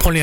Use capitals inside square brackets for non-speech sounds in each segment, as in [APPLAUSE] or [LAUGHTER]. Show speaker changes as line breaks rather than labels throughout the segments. Prøv lige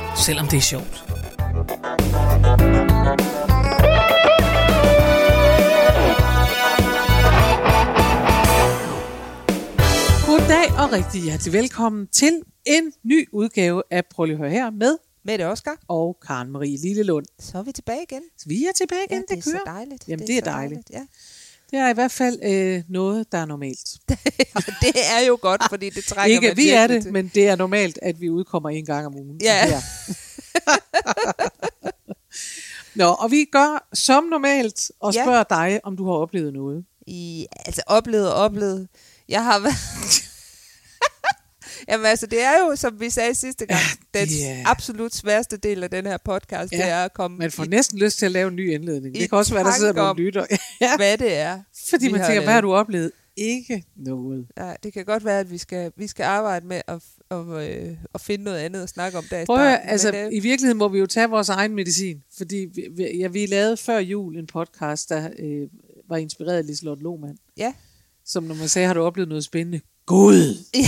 selvom det er sjovt. Goddag og rigtig hjertelig velkommen til en ny udgave af Prøv lige at høre her med
Mette Oskar,
og Karen Marie Lillelund.
så er vi tilbage igen.
Så vi er tilbage igen,
ja, det
det
er så
kører.
dejligt.
Jamen, det er
så
dejligt.
Ja.
Det er i hvert fald øh, noget, der er normalt.
Og Altså, det er jo godt, fordi
[LAUGHS]
det trækker
Ikke
man
at vi er
virkelig til.
det, men det er normalt, at vi udkommer en gang om ugen.
Ja.
Nå, og vi gør som normalt og
Ja.
spørger dig, om du har oplevet noget.
I, altså oplevet og oplevet. Jeg har været... [LAUGHS] Jamen altså, det er jo, som vi sagde sidste gang, den
det er-
absolut sværeste del af den her podcast,
Ja,
det er at komme
Man får
i,
næsten lyst til at lave en ny indledning.
I
Det kan også være, der sidder
tanke
nogle lytter. [LAUGHS] ja,
hvad det er.
fordi
vi
man
har
tænker, hvad
lavet.
har du oplevet? Ikke noget.
Nej, det kan godt være, at vi skal, vi skal arbejde med at, at, øh, at finde noget andet at snakke om der i
Prøv at høre,
starten,
altså,
men, øh,
i virkeligheden må vi jo tage vores egen medicin, fordi vi, vi, ja, vi lavede før jul en podcast, der øh, var inspireret af Liselotte Lohmann,
ja.
som når man sagde, har du oplevet noget spændende? Gud!
Ja.
[LAUGHS]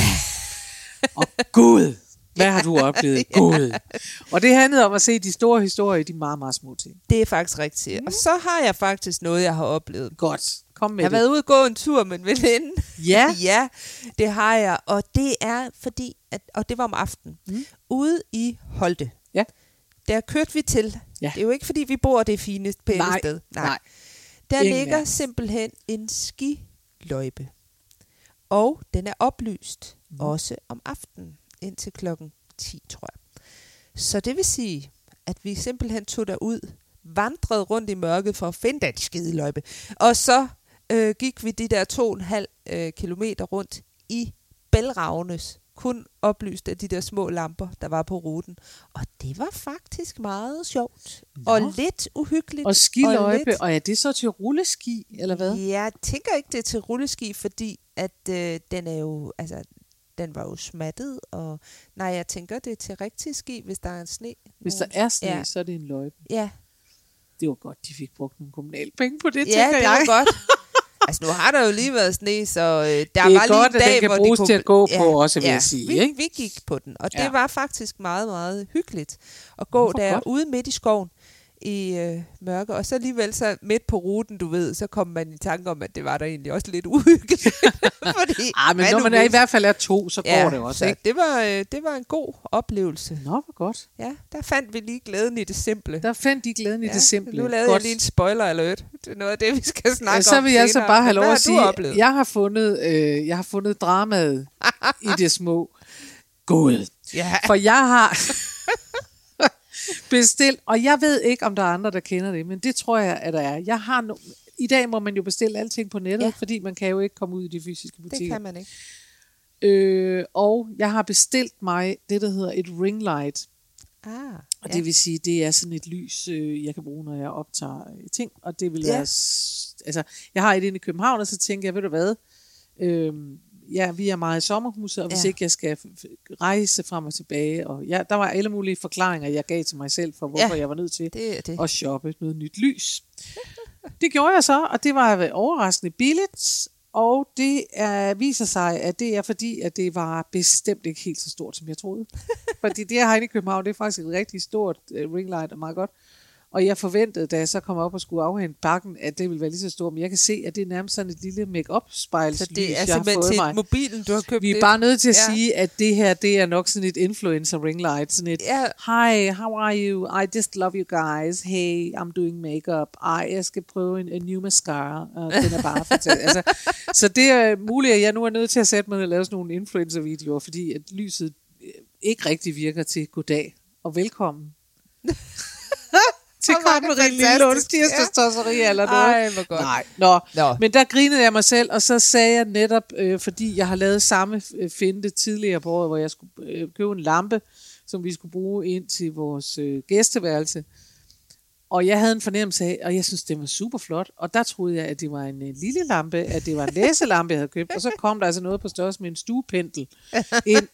Og Gud! Hvad har du
[LAUGHS]
oplevet? Gud! Og det handlede om at se de store historier i de meget, meget små ting.
Det er faktisk rigtigt. Mm. Og så har jeg faktisk noget, jeg har oplevet.
Godt. Kom med
Jeg har
det.
været ude og gå en tur med en veninde.
Ja.
[LAUGHS] ja, det har jeg. Og det er fordi, at, og det var om aftenen. Mm. Ude i Holte.
Ja.
Der kørte vi til.
Ja.
Det er jo ikke fordi, vi bor det fine pæne
Nej,
sted.
nej.
Der
Ingen af
ligger
os.
simpelthen en skiløjpe. Og den er oplyst. Mm. Også om aftenen. Indtil klokken 10, tror jeg. Så det vil sige, at vi simpelthen tog derud, vandrede rundt i mørket for at finde den skide løjpe. Og så øh, gik vi de der to og en halv øh, kilometer rundt i bælragnes, kun oplyst af de der små lamper, der var på ruten. Og det var faktisk meget sjovt.
Nå.
Nå. Og lidt uhyggeligt.
Og skiløjpe,
lidt-
og, og er det så til rulleski, eller hvad?
Jeg tænker ikke, det er til rulleski, fordi at øh, den er jo, altså, den var jo smattet, og nej, jeg tænker, det er til rigtig ski, hvis der er en sne.
Hvis der
nogen-
er sne,
Ja.
så er det en løjpe.
Ja,
Det var godt, de fik brugt nogle kommunale penge på det,
ja
tænker
det
jeg. [LAUGHS]
var godt. Altså, nu har der jo lige været sne, så øh, der
det
var
er
lige
godt,
en
at
dag,
den kan
hvor
bruges
de kunne...
til at gå på også, vil jeg sige.
Vi,
ikke?
vi gik på den, og det
Ja.
var faktisk meget, meget hyggeligt at gå
Hvor
der
godt.
ude midt i skoven i øh, mørke, og så alligevel så midt på ruten, du ved, så kom man i tanke om, at det var der egentlig også lidt uhyggeligt. [LAUGHS] Fordi,
Ah, men
hvad
når
nu
man er i
hvis?
hvert fald er to, så går
Ja,
det også,
så
ikke?
Det var, øh, det var en god oplevelse.
Nå, hvor godt.
Ja, der fandt vi lige glæden i det simple.
Der fandt de glæden i
ja,
det simple.
Nu lavede
godt.
jeg lige en spoiler alert. Det er noget af det, vi skal snakke
ja, så
om
vil jeg så
senere.
bare have
Men
lov
hvad
at
har du
sige,
oplevet?
jeg har fundet, øh, jeg har fundet dramaet i det
[LAUGHS]
små. Gud.
Ja.
For jeg har [LAUGHS] bestilt, og jeg ved ikke, om der er andre, der kender det, men det tror jeg, at der er. Jeg har no I dag må man jo bestille alting på nettet, ja.
Ja.
fordi man kan jo ikke komme ud i de fysiske butikker.
Det kan man ikke.
Øh, og jeg har bestilt mig det, der hedder et ring light.
Ah,
Og ja.
ja.
det vil sige, det er sådan et lys, øh, jeg kan bruge, når jeg optager øh, ting. Og det vil ja.
Ja.
jeg... s- Altså, jeg har et inde i København, og så tænker jeg, ved du hvad? Øh, ja, vi er meget i sommerhuset, og hvis ja.
Ja.
ikke jeg skal f- f- rejse frem og tilbage... Og jeg, der var alle mulige forklaringer, jeg gav til mig selv, for hvorfor ja.
Ja.
jeg var nødt til
det er det.
at shoppe noget nyt lys. Det gjorde jeg så, og det var overraskende billigt, og det er, viser sig, at det er fordi, at det var bestemt ikke helt så stort, som jeg
[LAUGHS]
troede. fordi det her herinde i København, det er faktisk et rigtig stort øh, ringlight og meget godt. Og jeg forventede, da jeg så kom op og skulle afhente pakken, at det ville være lige så stort, men jeg kan se, at det er nærmest sådan et lille make-up spejlslys,
Så det er
jeg har
simpelthen
fået
til
mig.
mobilen, du har købt
Vi er
det.
bare nødt til at ja.
Ja.
sige, at det her, det er nok sådan et influencer ringlight. Sådan et,
Ja.
hi, how are you? I just love you guys. Hey, I'm doing makeup. Ej, jeg skal prøve en, en new mascara. Og den er bare fantastisk. [LAUGHS] altså, så det er muligt, at jeg nu er nødt til at sætte mig ned og lave sådan nogle influencer-videoer, fordi at lyset øh, ikke rigtig virker til goddag og
[LAUGHS]
velkommen. til
Hvor var det
Karen Marie Lillelunds
fantastisk. Ja.
tirsdagstosseri eller noget.
Ej, hvor godt.
Nej, nå.
Nå.
Men der grinede jeg mig selv, og så sagde jeg netop, øh, fordi jeg har lavet samme øh, finte tidligere på året, hvor jeg skulle øh, købe en lampe som vi skulle bruge ind til vores øh, gæsteværelse. Og jeg havde en fornemmelse af, og jeg synes, det var super flot. Og der troede jeg, at det var en øh, lille lampe, at det var en læselampe, jeg havde købt. Og så kom der altså noget på størrelse med en stuependel ind.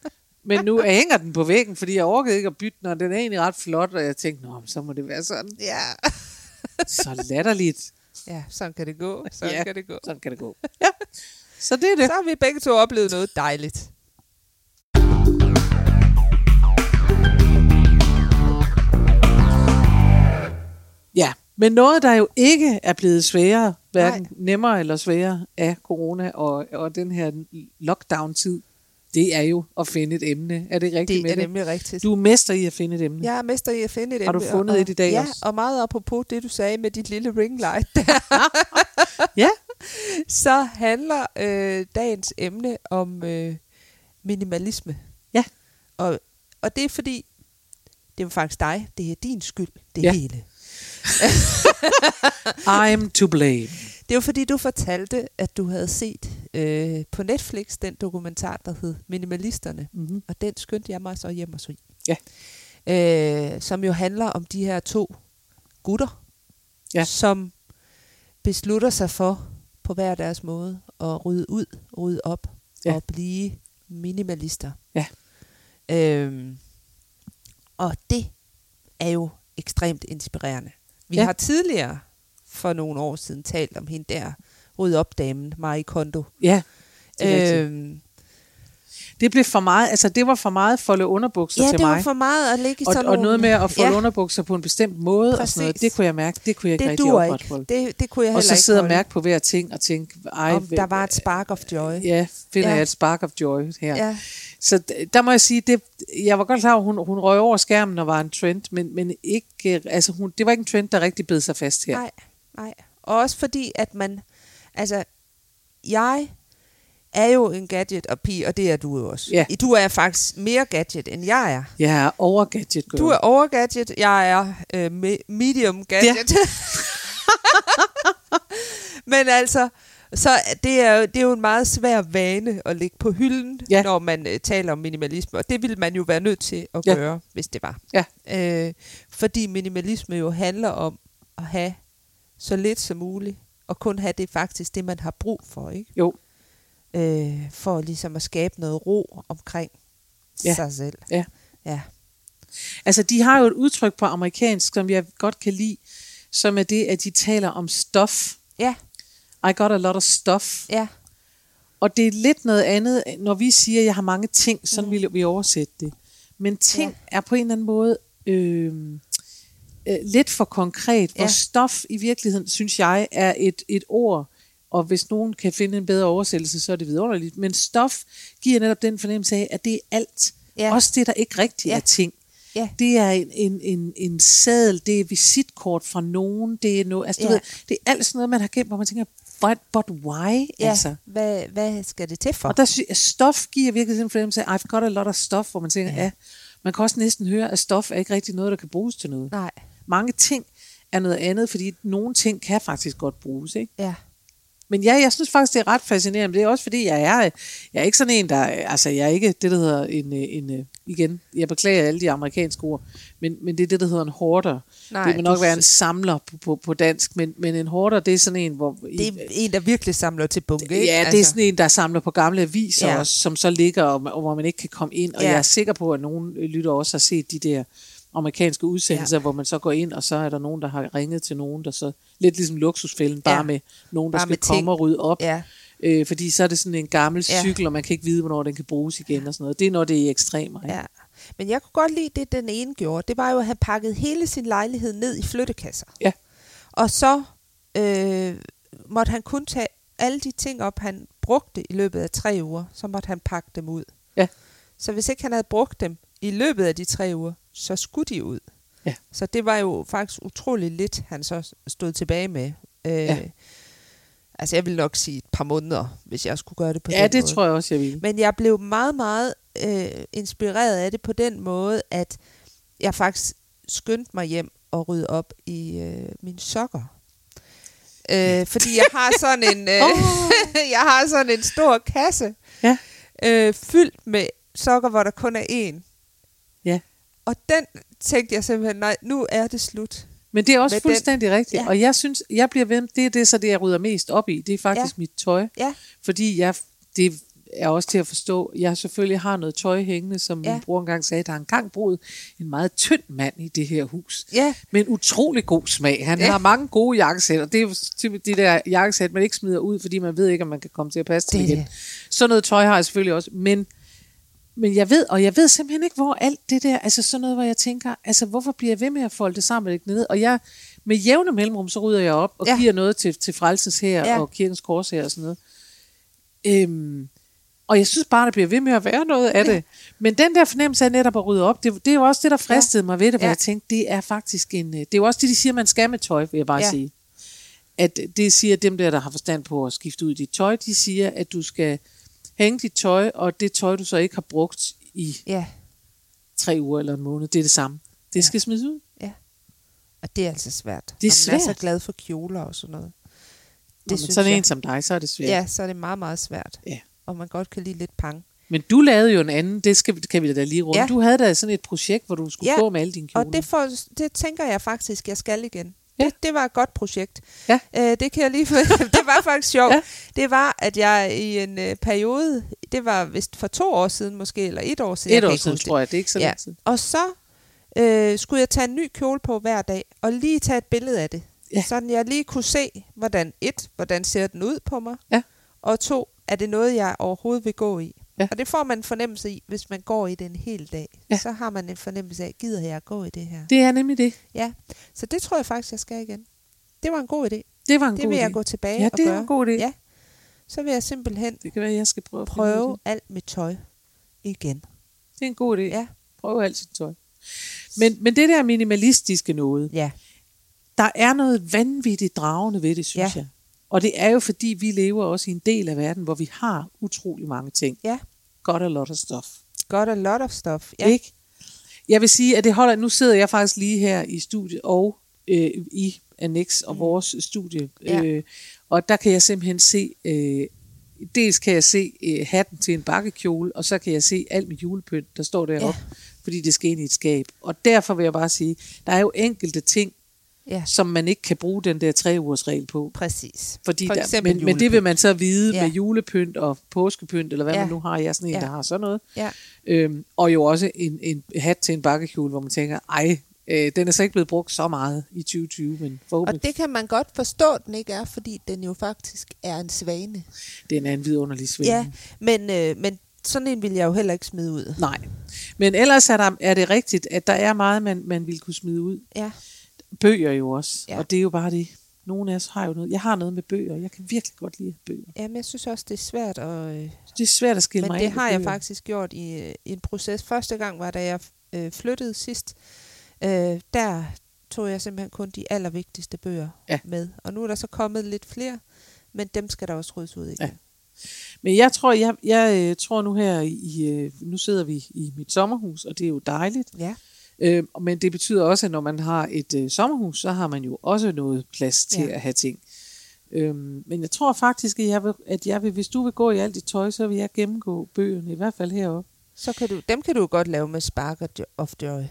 Men nu hænger den på væggen, fordi jeg orkede ikke at bytte den, og den er egentlig ret flot. Og jeg tænkte, nå, men så må det være sådan.
Ja.
Så latterligt.
ja, sådan kan det gå. Sådan
Ja.
kan det gå.
Sådan kan det gå. [LAUGHS] Ja, så det er det.
Så har vi begge to oplevet noget dejligt.
Ja, men noget, der jo ikke er blevet sværere, hverken
Nej.
Nej. nemmere eller sværere af corona og, og den her lockdown-tid, det er jo at finde et emne. Er det ikke rigtigt,
Det er
Mette?
nemlig rigtigt.
Du er mester i at finde et emne.
Jeg er mester i at finde et
Har du
emne,
fundet
og,
et i dag
Ja,
også?
og meget apropos det, du sagde med dit lille ring light,
ja.
så handler øh, dagens emne om øh, minimalisme.
Ja.
Og, og det er fordi, det er faktisk dig, det er din skyld, det
Ja.
hele.
I'm to blame.
Det var fordi, du fortalte, at du havde set øh, på Netflix den dokumentar, der hed Minimalisterne.
Mm-hmm.
Og den skyndte jeg mig så hjem og så i.
Ja.
Øh, som jo handler om de her to gutter,
Ja.
som beslutter sig for på hver deres måde at rydde ud, rydde op
Ja.
og blive minimalister.
Ja.
Øhm, og det er jo ekstremt inspirerende. Vi
Ja.
har tidligere for nogle år siden talt om hende der, rydde op damen, Marie Kondo.
Ja, det, er rigtigt.
øhm,
det blev for meget, altså det var for meget folde underbukser
ja
til
det var
mig.
for meget at ligge i
og,
sådan
og
nogle-
noget med at folde
Ja.
ja. underbukser på en bestemt måde og sådan noget,
Præcis.
det kunne jeg mærke, det kunne jeg ikke
det
rigtig
dur ikke.
opretholde.
Det, det kunne jeg
Og
heller
så
ikke
sidde og
holde.
mærke på hver ting og tænke, ej,
om der var et spark of joy.
ja, finder ja.
Ja.
jeg et spark of joy her.
ja.
Så d- der må jeg sige, det, jeg var godt klar over, at hun, hun røg over skærmen og var en trend, men, men ikke, øh, altså hun, det var ikke en trend, der rigtig bed sig fast her.
Nej, nej. Og også fordi, at man... Altså, jeg er jo en gadget og pige, og det er du jo også.
Ja.
Du er faktisk mere gadget, end jeg er.
Jeg er over gadget girl.
Du er overgadget, jeg er øh, me- medium gadget. Ja. [LAUGHS] Men altså, så det er, jo, det er jo en meget svær vane at lægge på hylden, ja.
Ja.
når man øh, taler om minimalisme. Og det ville man jo være nødt til at ja.
Ja.
gøre, hvis det var.
Ja.
Øh, fordi minimalisme jo handler om at have så lidt som muligt, og kun have det faktisk, det man har brug for, ikke?
Jo.
Øh, for ligesom at skabe noget ro omkring ja.
Ja.
sig selv.
Ja.
Ja.
Altså de har jo et udtryk på amerikansk, som jeg godt kan lide, som er det, at de taler om stuff.
Ja,
I got a lot of stuff.
ja.
Og det er lidt noget andet, når vi siger, at jeg har mange ting, sådan mm. vil vi oversætte det. Men ting ja. er på en eller anden måde øh, øh, lidt for konkret, hvor
Ja.
ja. stof i virkeligheden, synes jeg, er et, et ord, og hvis nogen kan finde en bedre oversættelse, så er det vidunderligt. Men stof giver netop den fornemmelse af, at det er alt.
Ja.
Ja. Også det, der ikke rigtig
Ja.
ja. er ting.
Ja.
Det er en, en, en, en sædel, det er visitkort fra nogen, det er, no, altså, du
Ja.
ved, det er alt sådan noget, man har gemt, hvor man tænker, but, but why?
Ja,
Altså.
hvad, hvad skal det til for?
Og der synes jeg, stof giver virkelig sådan en fornemmelse af, I've got a lot of stof, hvor man tænker, ja. ja, man kan også næsten høre, at stof er ikke rigtig noget, der kan bruges til noget.
Nej,
Mange ting er noget andet, fordi nogle ting kan faktisk godt bruges, ikke?
ja.
Men ja, jeg synes faktisk, det er ret fascinerende, men det er også fordi, jeg er, jeg er ikke sådan en, der, altså jeg er ikke det, der hedder en, øh, en øh, igen, jeg beklager alle de amerikanske ord, men, men det er det, der hedder en hoarder.
Nej,
det vil nok
du-
være en samler på, på, på dansk, men, men en hoarder, det er sådan en, hvor...
Det er en, der virkelig samler til bunke, ikke?
Ja, altså. det er sådan en, der samler på gamle aviser
Ja.
ja. også, som så ligger, og, og hvor man ikke kan komme ind. Og
Ja.
ja. jeg er sikker på, at nogen øh, lytter også har set de der amerikanske udsendelser, ja. hvor man så går ind, og så er der nogen, der har ringet til nogen, der så lidt ligesom luksusfælden, bare
Ja.
ja. med nogen, der
Bare
bare
med
skal komme
ting.
og rydde op.
Ja,
Øh, fordi så er det sådan en gammel
Ja.
ja. cykel, og man kan ikke vide, hvornår den kan bruges igen og sådan noget. Det er, når det er i ekstremer. Ikke?
ja. Men jeg kunne godt lide det, den ene gjorde. Det var jo, at han pakkede hele sin lejlighed ned i flyttekasser.
Ja.
Og så øh, måtte han kun tage alle de ting op, han brugte i løbet af tre uger, så måtte han pakke dem ud.
Ja.
Så hvis ikke han havde brugt dem i løbet af de tre uger, så skulle de ud.
Ja.
Så det var jo faktisk utroligt lidt, han så stod tilbage med. Øh,
Ja.
Altså jeg ville nok sige et par måneder, hvis jeg skulle gøre det på
ja,
den
det
måde.
tror jeg også, jeg vil.
Men jeg blev meget, meget øh, inspireret af det på den måde, at jeg faktisk skyndte mig hjem og rydde op i øh, mine sokker. Øh, fordi jeg har sådan en
[LAUGHS]
øh, [LAUGHS] jeg har sådan en stor kasse
Ja.
øh, fyldt med sokker, hvor der kun er én.
Ja.
Og den tænkte jeg simpelthen, nej, nu er det slut.
Men det er også
Med den-
fuldstændig rigtigt.
Ja.
Ja. Og jeg synes, jeg bliver ved, det er det, så det, jeg rydder mest op i. Det er faktisk ja. mit tøj.
Ja,
Fordi jeg, det er også til at forstå, jeg selvfølgelig har noget tøj hængende, som ja.
Ja.
min bror engang sagde, der har engang boet en meget tynd mand i det her hus.
Ja.
Med en utrolig god smag. Han ja.
Ja.
har mange gode jakkesæt, og det er jo typisk de der jakkesæt, man ikke smider ud, fordi man ved ikke, om man kan komme til at passe til
Det er
igen. Sådan noget tøj har jeg selvfølgelig også, men men jeg ved, og jeg ved simpelthen ikke, hvor alt det der, altså sådan noget, hvor jeg tænker, altså hvorfor bliver jeg ved med at folde det sammen og lægge det ned? Og jeg, med jævne mellemrum, så rydder jeg op og ja.
Ja.
giver noget til, til frelsens her ja.
Ja.
og kirkens kors her og sådan noget. Øhm, og jeg synes bare, der bliver ved med at være noget af det. Men den der fornemmelse af netop at rydde op, det, det er jo også det, der fristede ja. mig ved det, hvor ja.
Ja.
jeg tænkte, det er faktisk en... øh, Det er jo også det, de siger, man skal med tøj, vil jeg bare ja.
Ja.
sige. At det siger dem der, der har forstand på at skifte ud i dit tøj, de siger, at du skal hænge dit tøj, og det tøj, du så ikke har brugt i
ja,
tre uger eller en måned, det er det samme. Det skal smides ud.
ja. Og det er altså svært.
Det er
Når man er
svært.
så glad for kjoler og sådan noget.
Det Nå, men
synes
sådan
jeg.
en som dig, så er det svært.
Ja, så er det meget, meget svært.
Ja.
Og man godt kan lide lidt pang.
Men du lavede jo en anden, det skal, vi- kan vi da lige runde. Ja.
Ja.
Du havde da sådan et projekt, hvor du skulle ja.
Ja,
gå med alle dine kjoler.
Og det, får, det tænker jeg faktisk, jeg skal igen.
Ja.
Det, det var et godt projekt.
Ja.
Øh, det kan jeg lige
[LAUGHS]
Det var faktisk sjovt.
Ja.
Ja. Det var, at jeg i en øh, periode, det var vist for to år siden måske, eller et år siden.
Et
jeg kan
år
ikke
siden,
huske det.
tror jeg. Det er ikke så ja. lang tid.
Og så øh, skulle jeg tage en ny kjole på hver dag, og lige tage et billede af det.
Ja.
Sådan jeg lige kunne se, hvordan et, hvordan ser den ud på mig,
Ja.
og to, er det noget, jeg overhovedet vil gå i.
Ja.
Og det får man en fornemmelse i, hvis man går i det en hel dag.
Ja.
Så har man en fornemmelse af, gider jeg at gå i det her?
Det er nemlig det.
Ja, så det tror jeg faktisk, jeg skal igen. Det var en god idé.
Det var en
det
god
vil
idé.
jeg gå tilbage
Ja,
og
det er
gøre.
en god idé.
Ja. Så vil jeg simpelthen
Det kan være, jeg skal prøve at finde ud af
prøve
Det.
alt mit tøj igen.
det er en god idé. Ja.
Ja,
Prøv alt sit tøj. Men, men det der minimalistiske noget,
ja,
der er noget vanvittigt dragende ved det, synes ja.
Ja.
jeg. Og det er jo fordi, vi lever også i en del af verden, hvor vi har utrolig mange ting.
ja.
Godt og lot of stuff.
Godt a lot of stuff. Ja.
Ja. Ikke? Jeg vil sige, at det holder... Nu sidder jeg faktisk lige her i studiet og øh, i Annex og vores studie.
Ja.
Øh, og der kan jeg simpelthen se... Øh, dels kan jeg se øh, hatten til en bakkekjole, og så kan jeg se alt mit julepynt, der står deroppe, ja. fordi det skal ind i et skab. Og derfor vil jeg bare sige, der er jo enkelte ting,
Ja,
som man ikke kan bruge den der tre ugers regel på.
præcis.
Fordi
For
der,
eksempel
men, men det vil man så vide ja.
Ja.
med julepynt og påskepynt, eller hvad ja.
Ja.
man nu har. Jeg er sådan en, ja.
Ja.
der har sådan noget.
Ja.
Øhm, og jo også en, en hat til en bakkekjole, hvor man tænker, ej, øh, den er så ikke blevet brugt så meget i 2020, men forhåbentlig.
Og det kan man godt forstå, at den ikke er, fordi den jo faktisk er en svane.
Det... Den er en vidunderlig sving.
Ja, men, øh, men sådan en vil jeg jo heller ikke smide ud.
Nej. Men ellers er, der, er det rigtigt, at der er meget, man, man ville kunne smide ud.
Ja,
Bøger jo også, ja.
Ja.
og det er jo bare det. Nogle af os har jo noget. Jeg har noget med bøger. Jeg kan virkelig godt lide bøger.
Jamen, jeg synes også, det er svært. Og, øh,
Det er svært at skille
men
mig
det
af med
har jeg
bøger.
faktisk gjort i, øh, i en proces. Første gang var, da jeg øh, flyttede sidst. Øh, der tog jeg simpelthen kun de allervigtigste bøger
Ja.
med. Og nu er der så kommet lidt flere, men dem skal der også ryddes ud igen.
Ja. Men jeg tror, jeg, jeg øh, tror nu her i, øh, nu sidder vi i mit sommerhus, og det er jo dejligt.
Ja,
Øh, men det betyder også, at når man har et øh, sommerhus, så har man jo også noget plads til ja.
Ja.
at have ting. Øhm, men jeg tror faktisk, at, jeg vil, at jeg vil, hvis du vil gå i alt dit tøj, så vil jeg gennemgå bøgerne, i hvert fald heroppe.
så kan du, dem kan du jo godt lave med Spark og Jo- of Joy.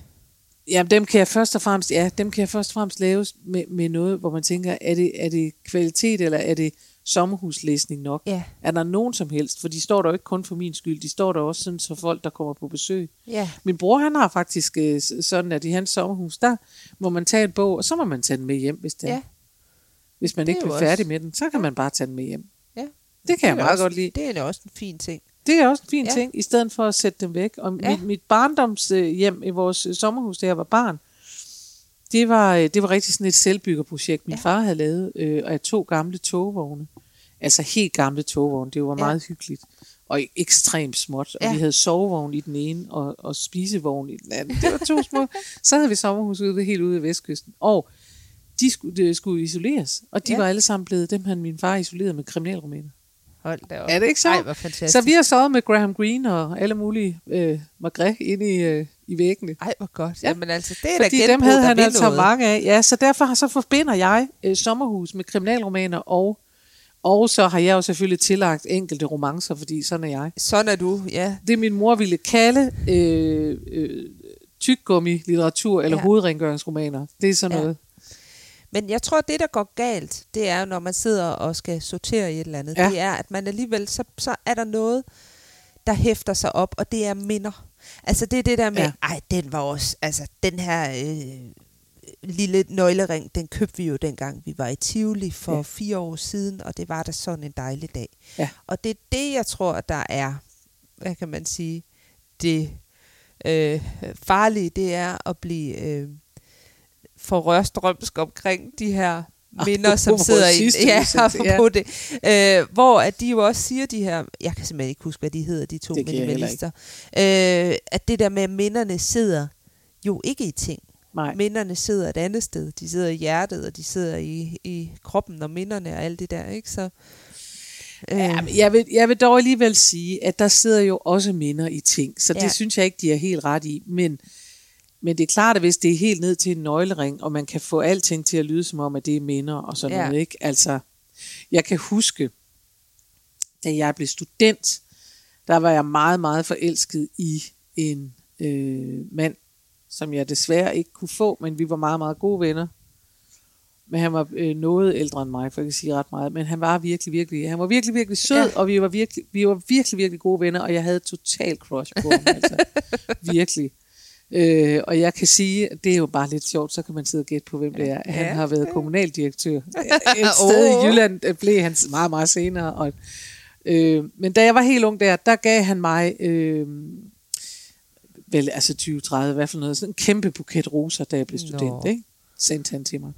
Jamen, dem kan jeg først og fremmest, ja, dem kan jeg først og fremmest lave med, med noget, hvor man tænker, er det, er det kvalitet, eller er det sommerhuslæsning nok?
Ja,
Er der nogen som helst? For de står der jo ikke kun for min skyld, de står der også sådan, så folk, der kommer på besøg,
ja,
Min bror, han har faktisk øh, s- sådan, at i hans sommerhus, der må man tage en bog, og så må man tage den med hjem, hvis, det er.
ja.
hvis man
det
ikke
er
bliver
jo
også...
også-
færdig med den. Så kan man bare tage den med hjem.
Ja.
Det kan jeg
er
meget
også,
godt lide.
Det er da også en fin ting.
Det er også en fin ja.
Ja.
ting, i stedet for at sætte dem væk. Og ja.
Ja.
mit, mit barndomshjem i vores øh, sommerhus, da jeg var barn, det var, øh, det var rigtig sådan et selvbyggerprojekt, min ja.
Ja.
far havde lavet øh, af to gamle togvogne. Altså helt gamle togvogne. Det var
Ja.
meget hyggeligt. Og e- ekstremt småt. Og
Ja.
vi havde sovevogn i den ene, og, og spisevogn i den anden. Det var to [LAUGHS] små. Så havde vi sommerhus ude, helt ude i vestkysten. Og de skulle, de skulle isoleres. Og de ja.
Ja.
var alle sammen blevet, dem han min far isolerede med kriminalromaner.
Hold da op.
Er det ikke sjovt?
Ej, hvor fantastisk.
Så vi har sovet med Graham Greene og alle mulige øh, magræ inde i, øh, i væggene.
Ej, hvor godt.
Ja.
Ja. Jamen altså, det er da
Fordi
genbrug,
dem havde han
der vil
altså
noget.
mange af. Ja, så derfor har, så forbinder jeg øh, sommerhus med kriminalromaner, og, og så har jeg jo selvfølgelig tillagt enkelte romancer, fordi sådan er jeg.
Sådan er du, ja.
Det min mor ville kalde øh, øh, tyggegummi, litteratur eller ja.
Ja.
hovedrengøringsromaner. Det er sådan
Ja.
noget.
Men jeg tror, det, der går galt, det er jo, når man sidder og skal sortere i et eller andet,
Ja.
ja. det er, at man alligevel, så, så er der noget, der hæfter sig op, og det er minder. Altså, det er det der med,
Ja.
ja. ej, den var også, altså, den her øh, lille nøglering, den købte vi jo dengang, vi var i Tivoli for
Ja.
ja. fire år siden, og det var da sådan en dejlig dag.
Ja.
Og det er det, jeg tror, der er, hvad kan man sige, det øh, farlige, det er at blive øh, for rørstrømsk omkring de her minder,
Apropos
som
vores
sidder i
sidste
ja,
udsendelse, ja.
på det. Øh, hvor at de jo også siger de her, jeg kan simpelthen ikke huske, hvad de hedder, de to
Det kan jeg heller
minimalister, øh, at det der med, at minderne sidder jo ikke i ting.
Nej.
Minderne sidder et andet sted. De sidder i hjertet, og de sidder i, i kroppen og minderne og alt det der, ikke? Så, øh,
Ja, men jeg, vil, jeg vil dog alligevel sige, at der sidder jo også minder i ting, så det
Ja.
synes jeg ikke, de er helt ret i. Men, men det er klart, at hvis det er helt ned til en nøglering, og man kan få alting til at lyde som om, at det er minder og sådan
Ja.
noget, ikke? Altså, jeg kan huske, da jeg blev student, der var jeg meget, meget forelsket i en øh, mand, som jeg desværre ikke kunne få, men vi var meget, meget gode venner. Men han var øh, noget ældre end mig, for jeg kan sige ret meget. Men han var virkelig, virkelig, han var virkelig, virkelig sød, ja.
Ja.
og vi var virkelig, vi var virkelig, virkelig gode venner, og jeg havde total crush på ham.
[LAUGHS]
altså. Virkelig. Øh, og jeg kan sige, at det er jo bare lidt sjovt, så kan man sidde og gætte på, hvem det er. Han
Ja.
har været
[LAUGHS]
kommunaldirektør. Et sted i
Åh.
Jylland øh, blev han meget, meget senere. Og, øh, men da jeg var helt ung der, der gav han mig... Øh, vel, altså 20-30, i hvert fald noget, sådan en kæmpe buket roser, da jeg blev student,
Nå.
ikke? sendte han til mig.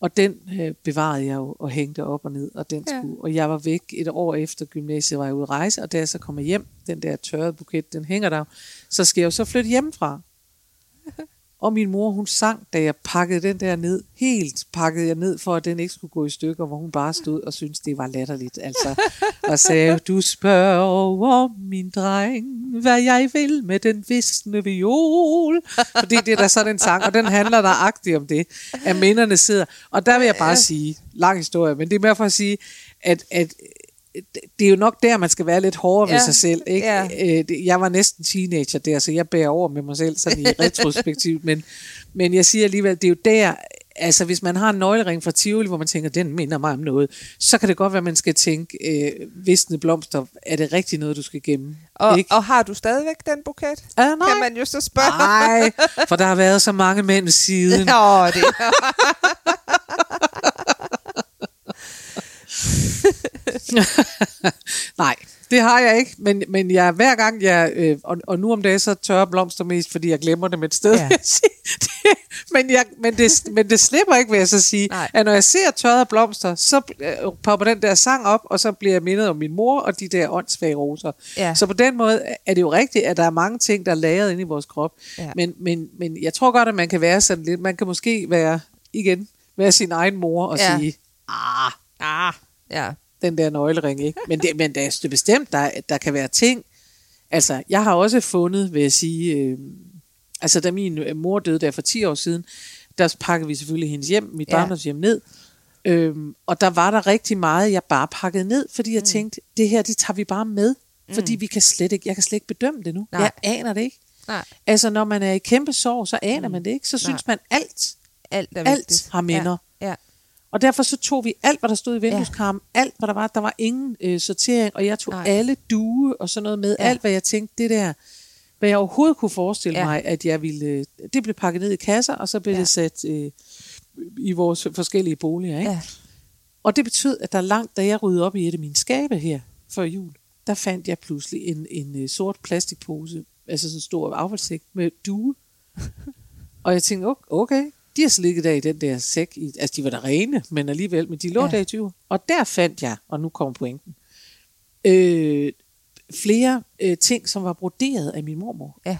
Og den øh, bevarede jeg jo og hængte op og ned, og den ja.
Ja.
skulle, og jeg var væk et år efter gymnasiet, var jeg ude at rejse, og da jeg så kommer hjem, den der tørrede buket, den hænger der, jo. så skal jeg jo så flytte hjemmefra. Og min mor, hun sang, da jeg pakkede den der ned, helt pakkede jeg ned, for at den ikke skulle gå i stykker, hvor hun bare stod og syntes, det var latterligt. Altså, og sagde, du spørger min dreng, hvad jeg vil med den visne viol. Fordi det er der sådan en sang, og den handler nøjagtigt om det, at minderne sidder. Og der vil jeg bare sige, lang historie, men det er mere for at sige, at, at det er jo nok der, man skal være lidt hårdere ja. ved
Ja,
sig selv. Ikke?
ja.
Øh, det- jeg var næsten teenager der, så jeg bærer over med mig selv sådan
[LAUGHS]
i retrospektivt, men, men jeg siger alligevel, det er jo der, altså hvis man har en nøglering fra Tivoli, hvor man tænker, den minder mig om noget, så kan det godt være, man skal tænke, øh, visne blomster, er det rigtigt noget, du skal gemme?
og,
Ikke?
og har du stadigvæk den buket?
ah, nej,
Kan man jo så spørge.
nej, for der har været så mange mænd siden.
[LAUGHS] Nå, det
[LAUGHS] Nej, det har jeg ikke, men, men jeg, hver gang jeg, øh, og, og nu om dagen så tørrer jeg blomster mest, fordi jeg glemmer dem et sted.
Ja.
[LAUGHS] Ja. men, jeg, men, det, men det slipper ikke, vil jeg så sige,
Nej.
at når jeg ser tørrede blomster, så øh, popper den der sang op, og så bliver jeg mindet om min mor og de der åndssvage roser.
Ja.
Så på den måde er det jo rigtigt, at der er mange ting, der er lagret inde i vores krop.
Ja.
Men, men, men jeg tror godt, at man kan være sådan lidt, man kan måske være, igen, være sin egen mor og ja.
Ja.
sige, ah, ah,
ja.
den der nøglering, ikke? Men det, men det er det bestemt, der, der kan være ting. Altså, jeg har også fundet, vil jeg sige, øh, altså da min øh, mor døde der for 10 år siden, der pakkede vi selvfølgelig hendes hjem, mit
Ja.
barndomshjem ned. Øhm, og der var der rigtig meget, jeg bare pakkede ned, fordi jeg mm. tænkte, det her, det tager vi bare med, fordi vi kan slet ikke, jeg kan slet ikke bedømme det nu.
Nej.
Jeg aner det ikke.
Nej,
Altså, når man er i kæmpe sorg, så aner mm. man det ikke. Så synes man alt
alt er
Alt
vigtigt.
har minder.
Ja, ja.
og derfor så tog vi alt, hvad der stod i vindueskarmen, ja. alt, hvad der var. Der var ingen øh, sortering, og jeg tog Nej.
Nej.
alle due og sådan noget med. Ja.
Ja.
Alt, hvad jeg tænkte, det der, hvad jeg overhovedet kunne forestille ja.
Ja.
mig, at jeg ville... øh, Det blev pakket ned i kasser, og så blev ja.
Ja.
det sat øh, i vores forskellige boliger. Ikke?
Ja.
Og det betød, at der langt, da jeg ryddede op i et af mine skabe her før jul, der fandt jeg pludselig en, en øh, sort plastikpose, altså sådan en stor affaldssæk med due. og jeg tænkte, "Ok- okay, de har slikket der i den der sæk. I, altså, de var der rene, men alligevel, men de lå ja.
Ja.
der i 20. Og der fandt jeg, og nu kommer pointen, øh, flere øh, ting, som var broderet af min mormor.
ja.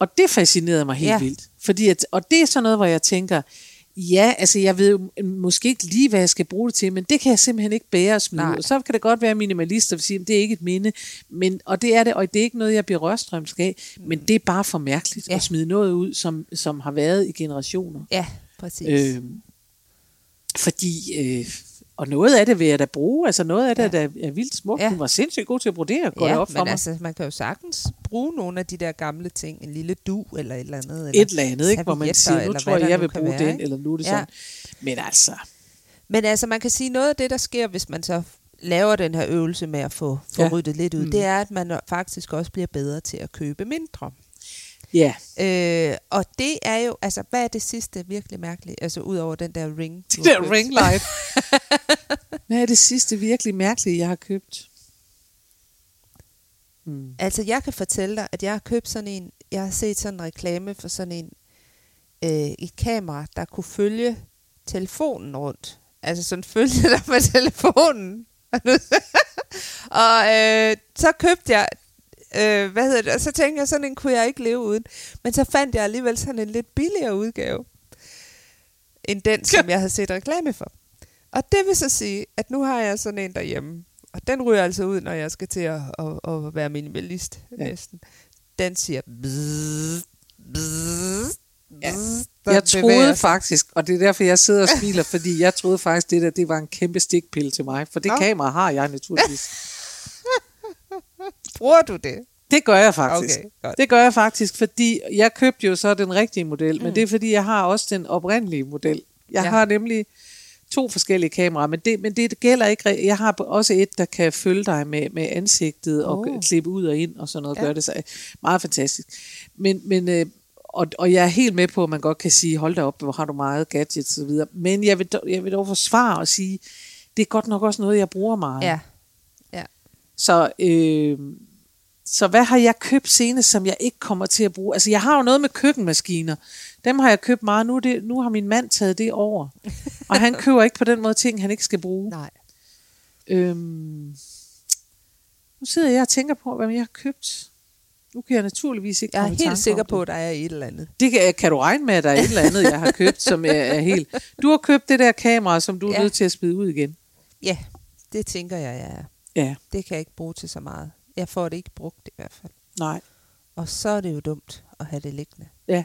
Og det fascinerede mig helt ja.
Ja.
vildt. Fordi at, og det er sådan noget, hvor jeg tænker, ja, altså jeg ved jo måske ikke lige, hvad jeg skal bruge det til, men det kan jeg simpelthen ikke bære at smide.
Nej.
Og så kan det godt være, at minimalister vil sige, at det er ikke et minde, men, og det er det, og det er ikke noget, jeg bliver rørstrømsk af, men det er bare for mærkeligt ja.
Mm. Ja.
at smide noget ud, som, som har været i generationer.
ja præcis.
Øh, fordi, øh, og noget af det vil jeg da bruge, altså noget af det, ja. der er vildt smukt. Ja.
Ja.
Hun var sindssygt god til at brodere, går ja,
ja,
op for
men
mig.
altså, man kan jo sagtens bruge nogle af de der gamle ting, en lille du eller et eller andet. Eller
et eller andet, ikke? hvor man
servietter,
siger, nu
eller
tror jeg,
hvad der
jeg
nu
vil
kan
bruge
være,
den,
ikke?
eller nu er det
Ja.
sådan. Men altså,
Men altså, man kan sige, noget af det, der sker, hvis man så laver den her øvelse med at få, få
Ja.
ja. ryddet lidt ud,
Mm.
mm. det er, at man faktisk også bliver bedre til at købe mindre.
ja,
Øh, og det er jo, altså, hvad er det sidste virkelig mærkeligt? Altså, ud over den der ring.
[LAUGHS]
du
det
har
der
købt.
ring light. Hvad er det sidste virkelig mærkelige, jeg har købt? Hmm.
[LAUGHS] Altså, jeg kan fortælle dig, at jeg har købt sådan en, jeg har set sådan en reklame for sådan en, øh, et kamera, der kunne følge telefonen rundt. Altså sådan følge dig med [LAUGHS] telefonen. Og nu- og øh, så købte jeg, øh, hvad hedder det, og så tænkte jeg, sådan en kunne jeg ikke leve uden. Men så fandt jeg alligevel sådan en lidt billigere udgave, end den, som jeg havde set reklame for. Og det vil så sige, at nu har jeg sådan en derhjemme. Og den ryger altså ud, når jeg skal til at, at, at være minimalist
Ja.
ja. næsten. Den siger... Bzzz, bzzz,
Ja.
bzzz, der
Jeg
bevæger
troede
sig.
faktisk, og det er derfor, jeg sidder og smiler, fordi jeg troede faktisk, det der det var en kæmpe stikpille til mig, for det
Nå.
kamera har jeg naturligvis.
Bruger du det?
Det gør jeg faktisk.
Okay, godt.
Det gør jeg faktisk, fordi jeg købte jo så den rigtige model, mm. men det er fordi, jeg har også den oprindelige model. Jeg ja.
Ja.
har nemlig to forskellige kameraer, men det, men det gælder ikke. re- Jeg har også et, der kan følge dig med, med ansigtet og
Oh.
klippe ud og ind og sådan noget. Ja.
Ja.
Gør det så øh, meget fantastisk. Men, men øh, og, og jeg er helt med på, at man godt kan sige, hold da op, hvor har du meget gadgets og så videre. Men jeg vil, dog- jeg vil dog forsvare og sige, det er godt nok også noget, jeg bruger meget.
Ja. ja.
Så, øh, så hvad har jeg købt senest, som jeg ikke kommer til at bruge? Altså, jeg har jo noget med køkkenmaskiner. Dem har jeg købt meget. Nu, er det, nu har min mand taget det over. Og han køber ikke på den måde ting, han ikke skal bruge.
Nej.
Øhm, nu sidder jeg og tænker på, hvad jeg har købt. Nu kan jeg naturligvis ikke
Jeg
komme i
er
tanke om
helt sikker
det.
på, at der er et eller andet.
Det kan, kan du regne med, at der er et eller andet, jeg har købt, som er, er helt... Du har købt det der kamera, som du er
Ja.
nødt til at smide ud igen.
Ja, det tænker jeg, jeg er.
Ja,
Det kan jeg ikke bruge til så meget. Jeg får det ikke brugt i hvert fald.
nej.
Og så er det jo dumt at have det liggende.
Ja.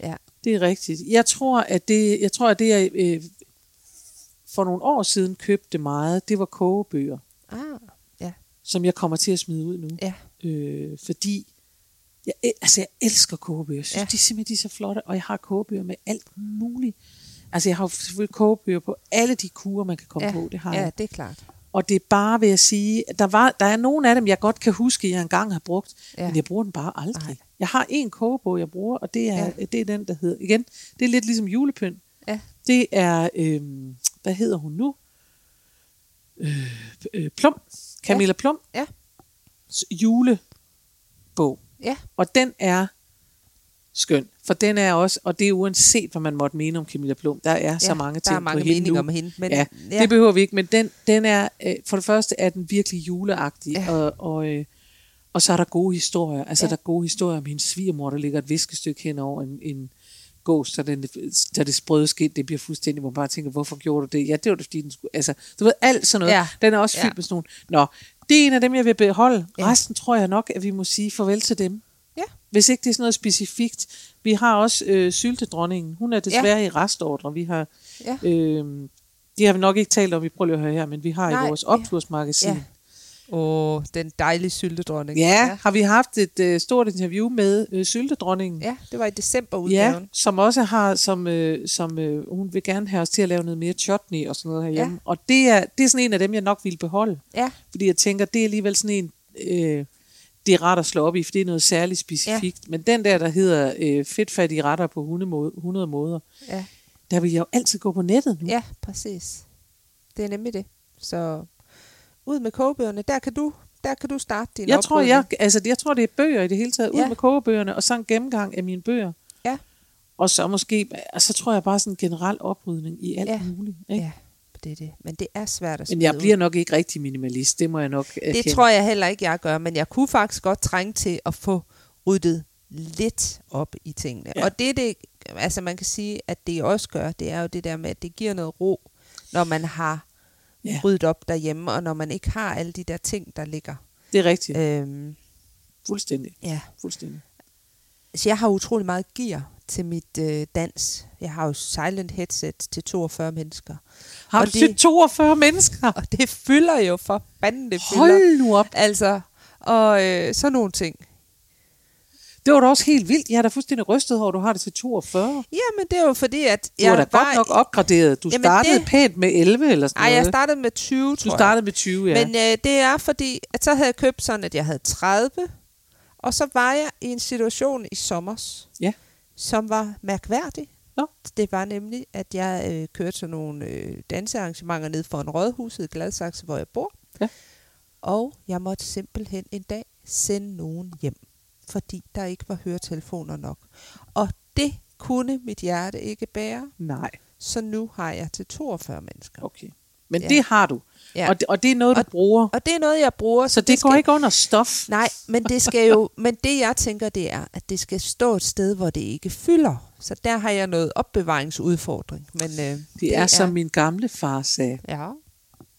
Ja.
Det er rigtigt. Jeg tror, at det, jeg, tror, at det, jeg øh, for nogle år siden købte meget, det var kogebøger,
Ah,
som jeg kommer til at smide ud nu.
ja.
Øh, fordi jeg, el- altså, jeg elsker kogebøger. Jeg synes, ja.
Ja.
de er simpelthen de er så flotte, og jeg har kogebøger med alt muligt. Altså, jeg har jo selvfølgelig kogebøger på alle de kurer, man kan komme
ja.
på. Det har
ja,
jeg.
det er klart.
Og det er bare ved at sige, at der, var, der er nogle af dem, jeg godt kan huske, jeg engang har brugt, ja.
Ja.
men jeg bruger den bare aldrig.
Nej.
Jeg har en kogebog, jeg bruger, og det er, ja. det er den, der hedder, igen, det er lidt ligesom julepynt.
Ja.
Det er, øh, hvad hedder hun nu? Øh, øh, Plum. Camilla ja. Plum.
Ja.
S- Julebog.
Ja.
Og den er skøn, for den er også, og det er uanset, hvad man måtte mene om Camilla Plum, der er ja, så
Ja,
mange
der
ting
er mange
på hende
meninger
nu.
om hende, men-
ja,
ja.
det behøver vi ikke, men den, den er, øh, for det første er den virkelig juleagtig, ja.
Ja.
og, og, øh, og så er der gode historier, altså ja. der er gode historier om hendes svigermor, der ligger et viskestykke hen over en, en gås, der, den, der det sprøde skidt, det bliver fuldstændig, hvor man bare tænker, hvorfor gjorde du det? Ja, det var det, fordi den skulle, altså, du ved, alt sådan noget.
Ja.
Den er også fyldt
Ja.
med sådan nogle. Nå, det er en af dem, jeg vil beholde. Ja.
Ja.
Resten tror jeg nok, at vi må sige farvel til dem.
Ja.
Hvis ikke det er sådan noget specifikt. Vi har også øh, syltedronningen. Hun er desværre ja. i restordre. Vi har,
Ja.
øh, det har vi nok ikke talt om, vi prøver lige at høre her, men vi har Nej, i
Nej,
vores
ja.
optursmagasin. Ja.
Ja. Åh, den dejlige syltedronning.
ja, har vi haft et øh, stort interview med øh, syltedronningen.
Ja, det var i december
Ja,
udgaven.
som også har, som, øh, som øh, hun vil gerne have os til at lave noget mere chutney og sådan noget herhjemme. Ja. Og det er, det er sådan en af dem, jeg nok ville beholde.
Ja.
Fordi jeg tænker, det er alligevel sådan en, øh, det er ret at slå op i, for det er noget særligt specifikt. Ja. Men den der, der hedder øh, fedtfattige retter på 100 måde- 100 måder,
Ja.
der vil jeg jo altid gå på nettet nu.
ja, præcis. Det er nemlig det. Så ud med kogebøgerne, der kan du, der kan du starte din
Jeg tror, jeg,
oprydning.
altså, jeg tror, det er bøger i det hele taget. Ud
Ja.
med kogebøgerne, og så en gennemgang af mine bøger.
Ja.
Og så måske, og så tror jeg bare sådan en generel oprydning i alt
Ja.
muligt. Ikke?
Ja, det er det. Men det er svært at
Men
smide
jeg
ud.
bliver nok ikke rigtig minimalist, det må jeg nok erkende.
Det tror jeg heller ikke, jeg gør, men jeg kunne faktisk godt trænge til at få ryddet lidt op i tingene.
Ja.
Ja. Og det, det, altså man kan sige, at det også gør, det er jo det der med, at det giver noget ro, når man har
Ja.
ja. ryddet op derhjemme, og når man ikke har alle de der ting, der ligger.
Det er rigtigt. Øh.
Øhm,
Fuldstændig.
ja.
Fuldstændig.
Så jeg har utrolig meget gear til mit øh, dans. Jeg har jo silent headset til 42 mennesker.
Har
Og
du
det-
det... 42 mennesker?
Og det fylder jo for fanden, det fylder.
Hold nu op.
Altså, og øh, sådan nogle ting.
Det var da også helt vildt. Jeg er da fuldstændig rystet over, at du har det til 42.
Jamen, det er jo fordi, at
Du
jeg
var da
var...
godt nok opgraderet. Du
Jamen,
startede
det-
pænt med 11 eller sådan
Ej,
noget.
jeg startede med 20, tror
du
jeg.
startede med 20, ja.
Men øh, det er fordi, at så havde jeg købt sådan, at jeg havde 30, og så var jeg i en situation i sommers,
Ja.
som var mærkværdig.
Nå.
Det var nemlig, at jeg øh, kørte sådan nogle øh, dansearrangementer ned for en rådhuset i Gladsaxe, hvor jeg bor.
Ja.
Og jeg måtte simpelthen en dag sende nogen hjem, fordi der ikke var høretelefoner nok. Og det kunne mit hjerte ikke bære,
Nej,
så nu har jeg til 42 mennesker.
okay. Men
Ja.
det har du.
Ja.
Og, det, og det er noget, du bruger.
Og det er noget, jeg bruger.
Så det, det går
skal-
ikke under stof.
Nej, men det
[LAUGHS]
skal jo, men det jeg tænker, det er, at det skal stå et sted, hvor det ikke fylder. Så der har jeg noget opbevaringsudfordring. Men, øh, det,
Det er, som min gamle far sagde.
Ja,